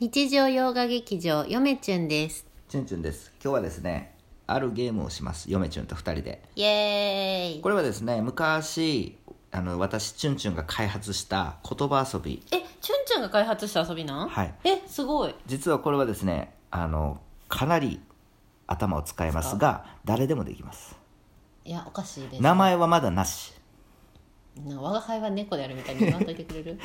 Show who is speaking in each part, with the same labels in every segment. Speaker 1: 日常洋画劇場よめちゅんです
Speaker 2: チュンチュンです今日はですねあるゲームをします嫁チュンと2人で
Speaker 1: イエーイ
Speaker 2: これはですね昔あの私チュンチュンが開発した言葉遊び
Speaker 1: えちゅんちゅんが開発した遊びなん、
Speaker 2: はい
Speaker 1: えすごい
Speaker 2: 実はこれはですねあのかなり頭を使いますが誰でもできます
Speaker 1: いやおかしいです
Speaker 2: 名前はまだなし
Speaker 1: な我が輩は猫であるみたいに言わんといてく れる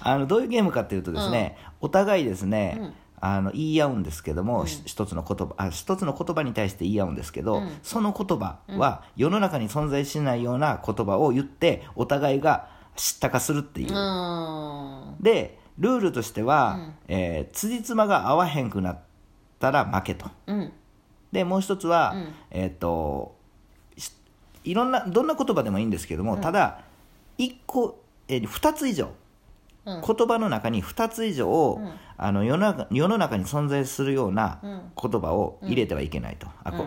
Speaker 2: あのどういうゲームかっていうとですね、お互いですね、
Speaker 1: うん
Speaker 2: あの言い合うんですけども、ひ一つの言葉あ一つの言葉に対して言い合うんですけど、
Speaker 1: うん
Speaker 2: その言葉は世の中に存在しないような言葉を言ってお互いが知ったかするっていうう、
Speaker 1: ーん
Speaker 2: でルールとしては、えー辻褄が合わへんくなったら負けと
Speaker 1: うん
Speaker 2: でもう一つは、えーっ、としいろんなどんな言葉でもいいんですけども、ただ一個、えー、2つ以上、
Speaker 1: うん
Speaker 2: 言葉の中に2つ以上を、
Speaker 1: うん
Speaker 2: あの世の中世の中に存在するような
Speaker 1: うん
Speaker 2: 言葉を入れてはいけないと、あこ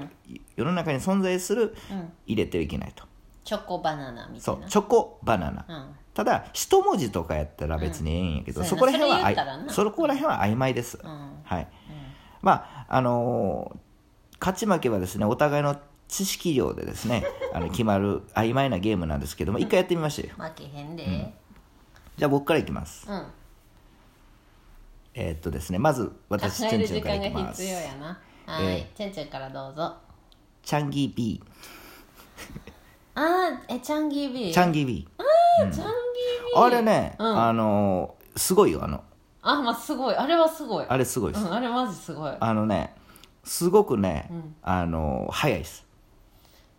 Speaker 2: 世の中に存在する
Speaker 1: うん
Speaker 2: 入れてはいけないと、
Speaker 1: チョコバナナみた
Speaker 2: そ
Speaker 1: いうな
Speaker 2: チョコバナナ、
Speaker 1: うん
Speaker 2: ただ一文字とかやったら別にええんやけど、
Speaker 1: うん
Speaker 2: そこら辺
Speaker 1: そう
Speaker 2: は
Speaker 1: やなそれ言
Speaker 2: あ
Speaker 1: うたら
Speaker 2: い
Speaker 1: な
Speaker 2: そこら辺は曖昧です、
Speaker 1: うん
Speaker 2: はい、まああのー勝ち負けはですねお互いの知識量でです ねあの決まる曖昧なゲームなんですけども一回やってみましょうよ
Speaker 1: 負けへんで
Speaker 2: じゃあ僕からいきます
Speaker 1: うん、
Speaker 2: えーっとですねまず
Speaker 1: 考
Speaker 2: 私チ
Speaker 1: え
Speaker 2: ェ
Speaker 1: る
Speaker 2: ンチェ
Speaker 1: 時
Speaker 2: ンから
Speaker 1: 間
Speaker 2: いき
Speaker 1: が
Speaker 2: ます
Speaker 1: 必要やなは
Speaker 2: え
Speaker 1: ー
Speaker 2: え
Speaker 1: い、ちゅんちゅんからどうぞ
Speaker 2: チャンギー B
Speaker 1: あーえチャンギービー
Speaker 2: チャンギー B
Speaker 1: チャンギービー
Speaker 2: あれね、
Speaker 1: うん
Speaker 2: あのーすごいよあの
Speaker 1: あまあすごいあれはすごい
Speaker 2: あれすごいです、
Speaker 1: うん、あれマジすごい
Speaker 2: あのねすごくね、
Speaker 1: うん
Speaker 2: あのー早いです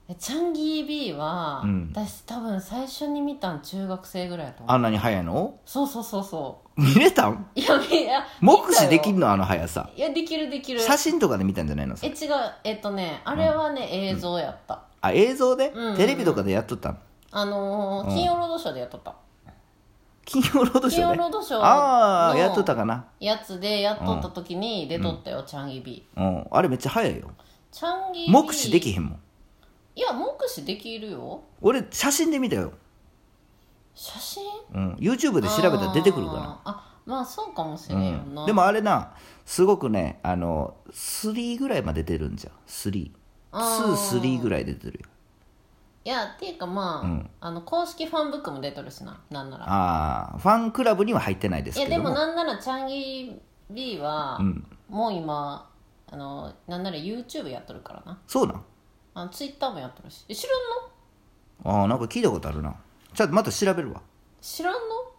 Speaker 1: えチャンギー B は、
Speaker 2: うん
Speaker 1: 私多分最初に見たん中学生ぐらいだと思う
Speaker 2: あんなに早いの
Speaker 1: そうそうそうそ
Speaker 2: 見れたん
Speaker 1: ういやいや
Speaker 2: 目視でき
Speaker 1: る
Speaker 2: んのあの速さ
Speaker 1: いやできるできる
Speaker 2: 写真とかで見たんじゃないのそ
Speaker 1: え
Speaker 2: れ
Speaker 1: 違うえっとねあれはね、映像やった、
Speaker 2: あ映像で、
Speaker 1: うんうん
Speaker 2: テレビとかでやっとったの
Speaker 1: あのー金曜ロードショーでやっとった、
Speaker 2: 金曜ロードシ
Speaker 1: 金
Speaker 2: ョ
Speaker 1: 曜
Speaker 2: ー
Speaker 1: ロ
Speaker 2: で
Speaker 1: ードショー
Speaker 2: ああ
Speaker 1: の
Speaker 2: やっとったかな
Speaker 1: やつでやっとった時に出とったよ、チャンギー B
Speaker 2: うんあれめっちゃ早いよ
Speaker 1: チャンギー B
Speaker 2: 目視できへんもん
Speaker 1: いや目視できるよ
Speaker 2: 俺写真で見たよ、
Speaker 1: 写真
Speaker 2: うん、YouTube で調べたら出てくるから
Speaker 1: あーあまあそうかもしれ
Speaker 2: うん
Speaker 1: よな、
Speaker 2: ん、でもあれなすごくねあの3ぐらいまで出るんじゃん
Speaker 1: あー
Speaker 2: 323ぐらい出てるよ
Speaker 1: いやっていうかまあ,、
Speaker 2: うん
Speaker 1: あの公式ファンブックも出とるしななんなら
Speaker 2: ああファンクラブには入ってないです
Speaker 1: いや
Speaker 2: け
Speaker 1: で
Speaker 2: ども
Speaker 1: もなんならチャンギー B は、
Speaker 2: うん、
Speaker 1: もう今あのなんなら YouTube やっとるからな
Speaker 2: そうなん
Speaker 1: あの Twitter もやっとるしえ知らんの
Speaker 2: ああなんか聞いたことあるなちょっとまた調べるわ
Speaker 1: 知らんの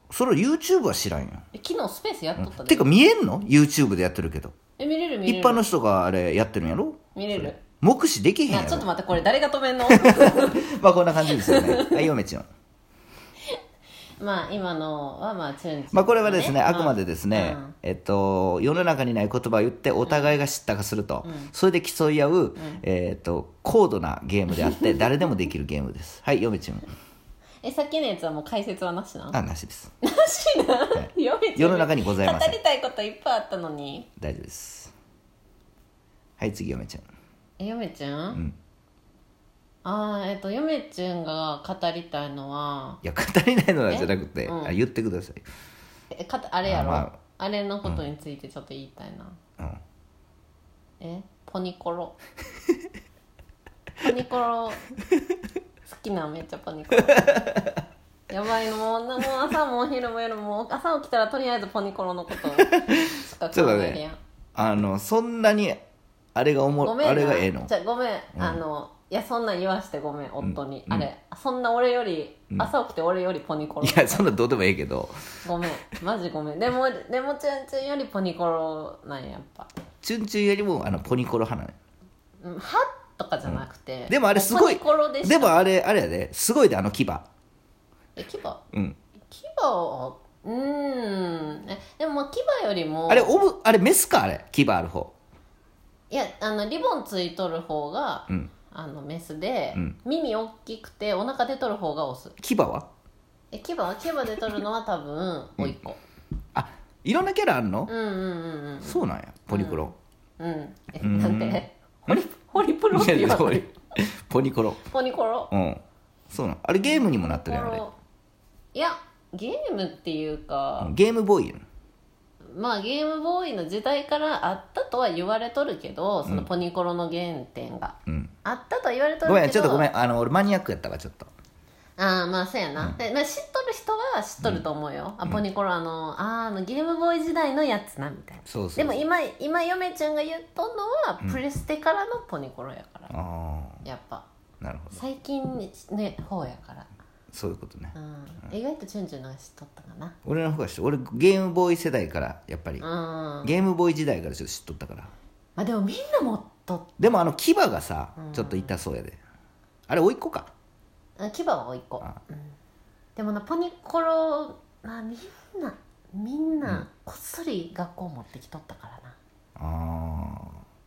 Speaker 2: それ YouTube は知らんよ
Speaker 1: え昨日スペースやっとった
Speaker 2: て
Speaker 1: で、
Speaker 2: か見えんの YouTube でやってるけど
Speaker 1: え見れる見れる
Speaker 2: 一般の人があれやってるんやろ
Speaker 1: 見れる
Speaker 2: 目視できへんや
Speaker 1: な
Speaker 2: ろ
Speaker 1: ちょっと待ってこれ誰が止めんの
Speaker 2: まあこんな感じですよねはい嫁ちゃん
Speaker 1: まあ今のはまあチュンチュン
Speaker 2: まあこれはですね、あくまで
Speaker 1: で
Speaker 2: ですね、
Speaker 1: うん
Speaker 2: えっと、世の中にない言葉を言ってお互いが知ったかすると、それで競い合う、えっと、高度なゲームで あって、誰でもできるゲームです。はい、嫁ちゃん。
Speaker 1: えさっきのやつはもう解説はなしな
Speaker 2: あ、なしです。
Speaker 1: なしな、 読めちゃう
Speaker 2: 世の中にござい ません
Speaker 1: 語りたいこといっぱいあったのに
Speaker 2: 大丈夫です。はい、次、嫁ちゃん。
Speaker 1: え嫁ちゃん、
Speaker 2: ん
Speaker 1: ああえっと嫁ちゃんが語りたいのはい
Speaker 2: や、語りないのなんじゃなくて、
Speaker 1: えうん
Speaker 2: あ言ってください。
Speaker 1: えかたあれやろあ,、
Speaker 2: あま
Speaker 1: れのことについてちょっと言いたいな、
Speaker 2: うん
Speaker 1: えポニコロ ポニコロ好きなんめっちゃポニコロやばいのもうなもう朝もお昼も夜も朝起きたらとりあえずポニコロのことしか考えるやん、
Speaker 2: あの、そんなに、あれがお
Speaker 1: ご
Speaker 2: も
Speaker 1: めんな
Speaker 2: あれがええの
Speaker 1: じ。ゃあごめん、あのいやそんなん言わしてごめん夫に、あれそんな俺より、朝起きて俺よりポニコロ
Speaker 2: いや、そんなどうでもええけど、
Speaker 1: ごめんマジごめんでもでもちゅんちゅんよりポニコロなんややっぱ
Speaker 2: チュンチュンよりも、あの、ポニコロ派なのよ
Speaker 1: うんはとかじゃなくて、
Speaker 2: でもあれすごい
Speaker 1: ポニコロでし、た
Speaker 2: でもあれ、あれやで、すごいで、あの牙。
Speaker 1: え牙牙
Speaker 2: うん。
Speaker 1: をうーんえでもまあ牙よりも
Speaker 2: あれ、オブ、あれ、メスか、あれ、牙ある方。
Speaker 1: いやあのリボンついとる方が、
Speaker 2: うん。
Speaker 1: あのメスで、
Speaker 2: うん
Speaker 1: 耳大きくてお腹出とる方がオス
Speaker 2: 牙は
Speaker 1: え牙は牙出とるのは多分おいっ子、
Speaker 2: あ、いろんなキャラあるの、
Speaker 1: うん、うんうんうん
Speaker 2: そうなんや、ポニコロ。
Speaker 1: うん、え
Speaker 2: ん
Speaker 1: なんてホリホリプロって言わ
Speaker 2: いや
Speaker 1: ない
Speaker 2: や
Speaker 1: い
Speaker 2: ポニコロ。
Speaker 1: ポニコロ
Speaker 2: うん。そうなん。あれ、ゲームにもなって
Speaker 1: ポ
Speaker 2: る
Speaker 1: ニコ
Speaker 2: やん、あれ。
Speaker 1: ロいやゲームっていう
Speaker 2: う
Speaker 1: か
Speaker 2: んゲームボーイやん。
Speaker 1: まあゲームボーイの時代からあったとは言われとるけどそのポニコロの原点が、
Speaker 2: うん
Speaker 1: あったとは言われとるけど
Speaker 2: ごめんちょっとごめんあの俺マニアックやったわちょっと
Speaker 1: ああまあそうやな、でまあ、知っとる人は知っとると思うよ、あポニコロあのあーあのゲームボーイ時代のやつなみたいな
Speaker 2: そうそう
Speaker 1: でも今今嫁ちゃんが言っとんのは、プレステからのポニコロやから
Speaker 2: あ
Speaker 1: やっぱ
Speaker 2: あなるほど
Speaker 1: 最近ね方やから、
Speaker 2: そういうことね、
Speaker 1: うん、意外とチュンチュンのが知っとったかな
Speaker 2: 俺の方が知って俺ゲームボーイ世代からやっぱり、
Speaker 1: うん
Speaker 2: ゲームボーイ時代からちょっと知っとったから
Speaker 1: まあでもみんな持っとっ
Speaker 2: でもあの牙がさちょっと痛そうやで、あれ甥いっ子か
Speaker 1: あ牙は甥いっ子、
Speaker 2: あ
Speaker 1: うんでもなポニコロ、まあ、みんなみんなこっそり学校持ってきとったからな
Speaker 2: あ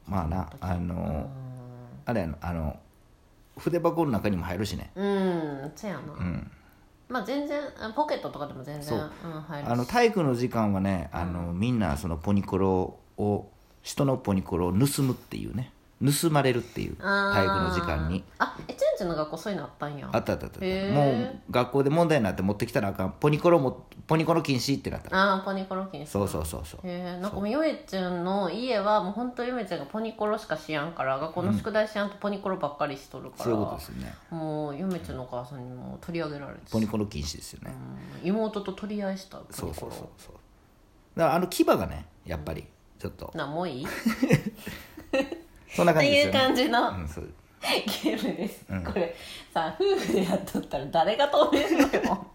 Speaker 2: あまあなあの、
Speaker 1: うん
Speaker 2: あれやのあの筆箱の中にも入るしね
Speaker 1: うんそうやな、
Speaker 2: うん
Speaker 1: まあ全然あポケットとかでも全
Speaker 2: そ
Speaker 1: 然
Speaker 2: う
Speaker 1: うん、入るし
Speaker 2: あの体育の時間はねあの、みんなそのポニコロを人のポニコロを盗むっていうね盗まれるっていう
Speaker 1: あー
Speaker 2: 体育の時間に
Speaker 1: あえチュンチュンの学校そういうのあったんや
Speaker 2: あったあったあった、
Speaker 1: へー
Speaker 2: もう学校で問題になって持ってきたらあかんポニコロもポニコロ禁止ってなった
Speaker 1: あーポニコロ禁止
Speaker 2: そうそうそうそう
Speaker 1: へえなんかもうヨエちゃんの家はもう本当ヨエちゃんがポニコロしかしやんから学校の宿題しやんとポニコロばっかりしとるから、
Speaker 2: そういうことですよね
Speaker 1: もうヨメちゃんのお母さんにも取り上げられて
Speaker 2: ポニコロ禁止ですよね、
Speaker 1: うん妹と取り合いしたポニコ
Speaker 2: そ
Speaker 1: ロ
Speaker 2: うそうそうそうだからあの牙がねやっぱりちょっと、
Speaker 1: なもういいっ
Speaker 2: そんな感じ
Speaker 1: て
Speaker 2: で
Speaker 1: いう
Speaker 2: すよね
Speaker 1: 感じの
Speaker 2: うんそう
Speaker 1: ゲームです、これさ夫婦でやっとったら誰が止めるのよ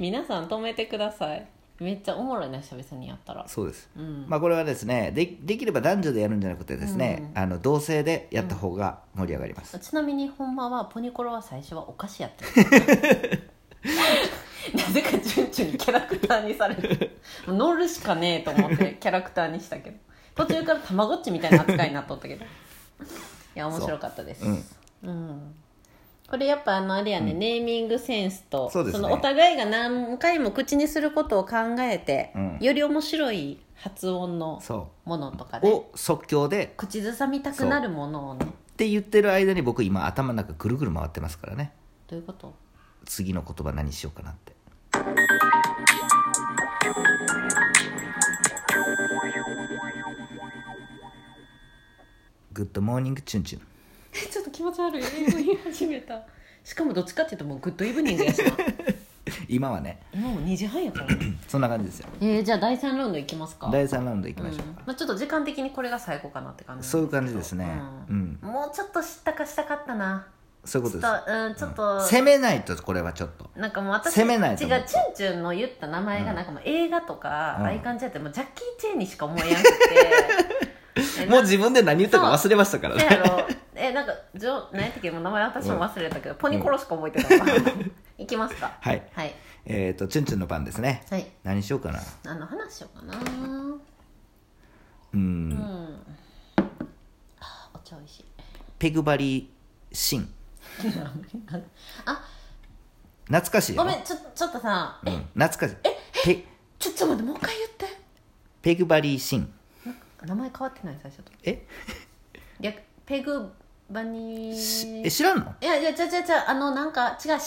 Speaker 1: 皆さん止めてくださいめっちゃおもろいな久々にやったら
Speaker 2: そうです、
Speaker 1: うん
Speaker 2: まあこれはですねでできれば男女でやるんじゃなくてですね、あの同性でやった方が盛り上がります、
Speaker 1: ちなみにほんまはポニコロは最初はお菓子や ってるなぜかチュンチュンにキャラクターにされて乗るしかねえと思ってキャラクターにしたけど途中からたまごっちみたいな扱いになっとったけどいや面白かったですうん、これやっぱあのあれやね、ネーミングセンスと
Speaker 2: そうですね
Speaker 1: のお互いが何回も口にすることを考えて、
Speaker 2: うん
Speaker 1: より面白い発音の
Speaker 2: そ
Speaker 1: ものとか
Speaker 2: う
Speaker 1: ね
Speaker 2: を即興で
Speaker 1: 口ずさみたくなるものをね
Speaker 2: って言ってる間に僕今頭の中ぐるぐる回ってますからね
Speaker 1: どういうこと
Speaker 2: 次の言葉何しようかなってグッドモーニングチュンチュン
Speaker 1: ちょっと気持ち悪い英語言い始めたしかもどっちかっていうともうグッドイブニングやしな
Speaker 2: 今はね
Speaker 1: 今もう2時半やからね
Speaker 2: そんな感じですよ
Speaker 1: えー、じゃあ第3ラウンドいきますか
Speaker 2: 第3ラウンドいき
Speaker 1: う
Speaker 2: ま
Speaker 1: ん
Speaker 2: しょうか、
Speaker 1: まあ、ちょっと時間的にこれが最後かなって感じ
Speaker 2: そういう感じですね
Speaker 1: う
Speaker 2: うんん、
Speaker 1: もうちょっと知ったかしたかったな
Speaker 2: そういう
Speaker 1: ち
Speaker 2: こ
Speaker 1: ょ
Speaker 2: と
Speaker 1: っと
Speaker 2: です
Speaker 1: うんちょっと、
Speaker 2: 攻めないとこれはちょっと
Speaker 1: なんかもう私
Speaker 2: 攻めないと
Speaker 1: 違う
Speaker 2: 思う
Speaker 1: チュンチュンの言った名前がなんかもう映画とか、
Speaker 2: う
Speaker 1: あ
Speaker 2: ん
Speaker 1: あいう感じやってもうジャッキー・チェーンにしか思えやん くて
Speaker 2: もう自分で何言ったか忘れましたから
Speaker 1: そうや
Speaker 2: ね
Speaker 1: ろえなんかジョ何やったっけもう名前私も忘れたけど、ポニコロしか覚えてない わ、いきますか
Speaker 2: はい
Speaker 1: はい
Speaker 2: えっ、とチュンチュンの番ですね
Speaker 1: はい
Speaker 2: 何しようかな
Speaker 1: あの話しようかな
Speaker 2: うん、
Speaker 1: うんあお茶おいしい
Speaker 2: ペグバリーシン
Speaker 1: あ
Speaker 2: 懐かしいよ
Speaker 1: ごめんちょちょっとさ
Speaker 2: うん、懐かしいペ
Speaker 1: ちょちょっと待ってもう一回言っ
Speaker 2: ペグバリーシン
Speaker 1: て名前変わってない最初と
Speaker 2: え
Speaker 1: 逆ペグバニー
Speaker 2: え知らんの
Speaker 1: いやいや違う違う違うあのなんか違う嫉妬ね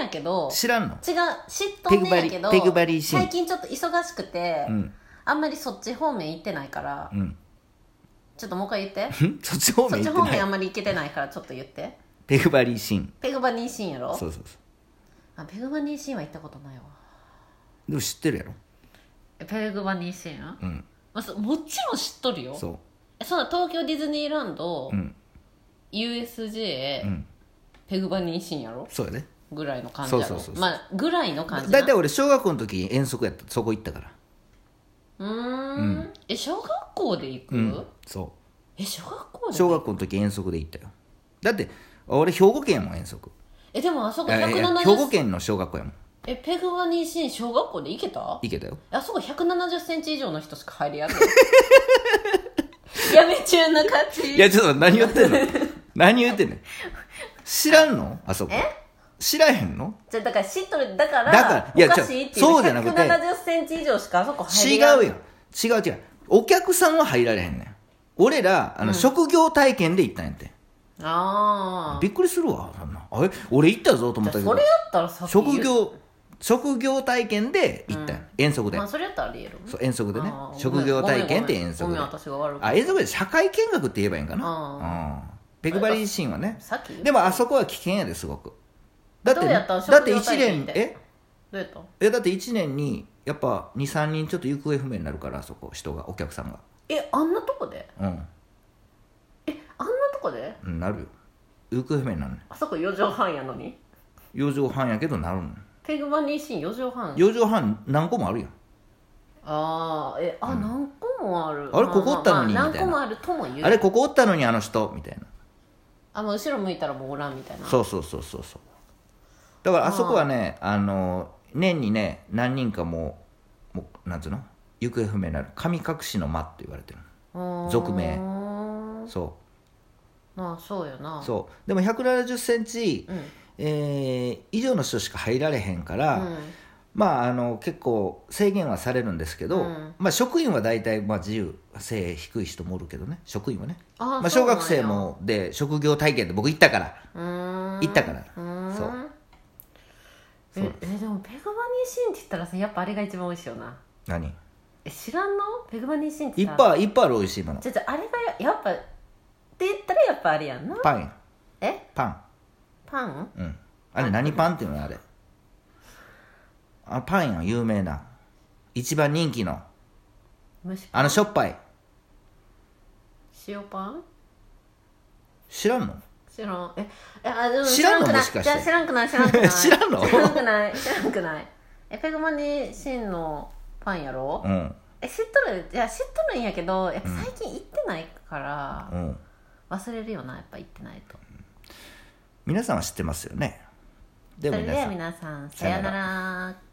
Speaker 1: やけど
Speaker 2: 知らん の
Speaker 1: 違う嫉妬ねやけど
Speaker 2: ペグバリペグバリシーン
Speaker 1: 最近ちょっと忙しくて、
Speaker 2: うん
Speaker 1: あんまりそっち方面行ってないから、
Speaker 2: うん
Speaker 1: ちょっともう一回言って
Speaker 2: んそっち
Speaker 1: そ
Speaker 2: 方
Speaker 1: っ
Speaker 2: 面
Speaker 1: ち
Speaker 2: 行
Speaker 1: 方
Speaker 2: って
Speaker 1: 面あ
Speaker 2: ない
Speaker 1: んまり行けてないからちょっと言って
Speaker 2: ペグバリーシン
Speaker 1: ペグバニーシーンやろ
Speaker 2: そうそうそ
Speaker 1: あペグバニーシーンは行ったことないわ
Speaker 2: うでも知ってるやろ
Speaker 1: えペグバニーシーン、ま
Speaker 2: うん
Speaker 1: あ、そもちろん知っとるよ
Speaker 2: そ
Speaker 1: えそんな東京ディズニーランド、
Speaker 2: ううん
Speaker 1: USJ、
Speaker 2: うん
Speaker 1: ペグバニーシーンやろ
Speaker 2: そうやね
Speaker 1: ぐらいの感じやろ
Speaker 2: そうそうそうそう
Speaker 1: まあぐらいの感じな
Speaker 2: だいたい俺小学校の時遠足やったそこ行ったから
Speaker 1: うーんえ小学校で行く、
Speaker 2: うんそう
Speaker 1: え小学校で
Speaker 2: 小学校の時遠足で行ったよだって俺兵庫県やもん遠足
Speaker 1: えでもあそこ
Speaker 2: いやいや
Speaker 1: 170
Speaker 2: 兵庫県の小学校やもん
Speaker 1: えペグバニーシーン小学校で行けた
Speaker 2: 行けたよ
Speaker 1: あそこ1 7 0センチ以上の人しか入りやんないやめちゅうな感じ
Speaker 2: いやちょっと何言ってんの 何言ってんの知らんのあそこ知らへんの
Speaker 1: じゃあだから知っとるだから
Speaker 2: だからいや
Speaker 1: おかしいってい
Speaker 2: ち
Speaker 1: う
Speaker 2: ょそうじゃなくて
Speaker 1: 1 7 0センチ以上しかあそこ入り
Speaker 2: 違
Speaker 1: やん
Speaker 2: うよ違う違うお客さんは入られへんねん俺らあの、職業体験で行ったんやって
Speaker 1: あ
Speaker 2: びっくりするわそんなあれ俺行ったぞと思
Speaker 1: あ
Speaker 2: ったけ
Speaker 1: そ
Speaker 2: ど
Speaker 1: れやったらさっき言う
Speaker 2: 職業職業体験で行ったん
Speaker 1: う
Speaker 2: や、
Speaker 1: ん
Speaker 2: 遠足で、
Speaker 1: まあそれやったらありえる
Speaker 2: そう遠足でね
Speaker 1: あー
Speaker 2: 職業体験って
Speaker 1: ごめん
Speaker 2: 遠足
Speaker 1: ごめ
Speaker 2: で
Speaker 1: んごめん私が悪い
Speaker 2: あ遠足で社会見学って言えばいいんか
Speaker 1: あ
Speaker 2: な、うん、ペグバリーシーンはね
Speaker 1: さっき言う
Speaker 2: でもあそこは危険やですごくだって
Speaker 1: どうやった
Speaker 2: だっ
Speaker 1: 職
Speaker 2: て
Speaker 1: 業
Speaker 2: 1
Speaker 1: 体験っ
Speaker 2: 年
Speaker 1: て
Speaker 2: え
Speaker 1: どうやった
Speaker 2: えだって1年にやっぱ23人ちょっと行方不明になるからあそこ人がお客さんが
Speaker 1: えあんなとこで
Speaker 2: うん
Speaker 1: あんなとこで
Speaker 2: うんなるよ行方不明になるね
Speaker 1: あそこ4畳半やのに
Speaker 2: 4畳半やけどなるの
Speaker 1: ペグバニーシーン4畳半
Speaker 2: 4畳半何個もあるやん
Speaker 1: ああえあ、何個もある
Speaker 2: あれここおったのに
Speaker 1: まあまあ
Speaker 2: みた
Speaker 1: 何個
Speaker 2: いな
Speaker 1: もあるとも言う
Speaker 2: あれここおったのにあの人みたいな
Speaker 1: あもう後ろ向いたらもうおらんみたいな
Speaker 2: そうそうそうそうそうだからあそこはねあの年にね何人かもうもうなんつうの行方不明になる神隠しの間って言われてる
Speaker 1: う
Speaker 2: 俗名
Speaker 1: 名
Speaker 2: そ
Speaker 1: まあそうよな
Speaker 2: うそうでも1 7 0センチ、
Speaker 1: うん
Speaker 2: えー以上の人しか入られへんから、
Speaker 1: うん
Speaker 2: まああの結構制限はされるんですけど、
Speaker 1: うん
Speaker 2: まあ、職員は大体まあ自由性低い人もおるけどね職員はね
Speaker 1: あー
Speaker 2: まあ、
Speaker 1: そ
Speaker 2: 小
Speaker 1: うなんや
Speaker 2: 学生もで職業体験で僕行ったから
Speaker 1: うーん
Speaker 2: 行ったから
Speaker 1: うーん
Speaker 2: そうそう
Speaker 1: ええでもペグバニーシーンって言ったらさやっぱあれが一番美味しいよな
Speaker 2: 何
Speaker 1: え知らんのペグバニーシーンって
Speaker 2: い
Speaker 1: 言
Speaker 2: っ
Speaker 1: ったら
Speaker 2: ぱいいっぱいある美味しいもの
Speaker 1: じゃじゃあれがややっぱって言ったらやっぱあれやんな
Speaker 2: パンや
Speaker 1: え
Speaker 2: パン
Speaker 1: パン
Speaker 2: うんあれ何パンっていうのあれあパンやん有名な一番人気の
Speaker 1: 蒸しパン
Speaker 2: あのしょっぱい
Speaker 1: 塩パン
Speaker 2: 知らんの
Speaker 1: 知らんええあでも
Speaker 2: 知らんの
Speaker 1: くない
Speaker 2: もしかし
Speaker 1: じ
Speaker 2: て
Speaker 1: ゃあ知らんくない知らんくない
Speaker 2: 知らんの
Speaker 1: 知らんくない知らんくないえペグマニシンのパンやろ、
Speaker 2: うん
Speaker 1: え知っとるいや知っとるんやけどやっぱ最近行ってないから、
Speaker 2: うん
Speaker 1: 忘れるよなやっぱ行ってないと
Speaker 2: 皆さんは知ってますよねで
Speaker 1: そ
Speaker 2: も
Speaker 1: れ
Speaker 2: 皆
Speaker 1: で
Speaker 2: さ
Speaker 1: は皆さ
Speaker 2: ん
Speaker 1: ん
Speaker 2: さ
Speaker 1: さ
Speaker 2: よ
Speaker 1: よな
Speaker 2: なら
Speaker 1: ら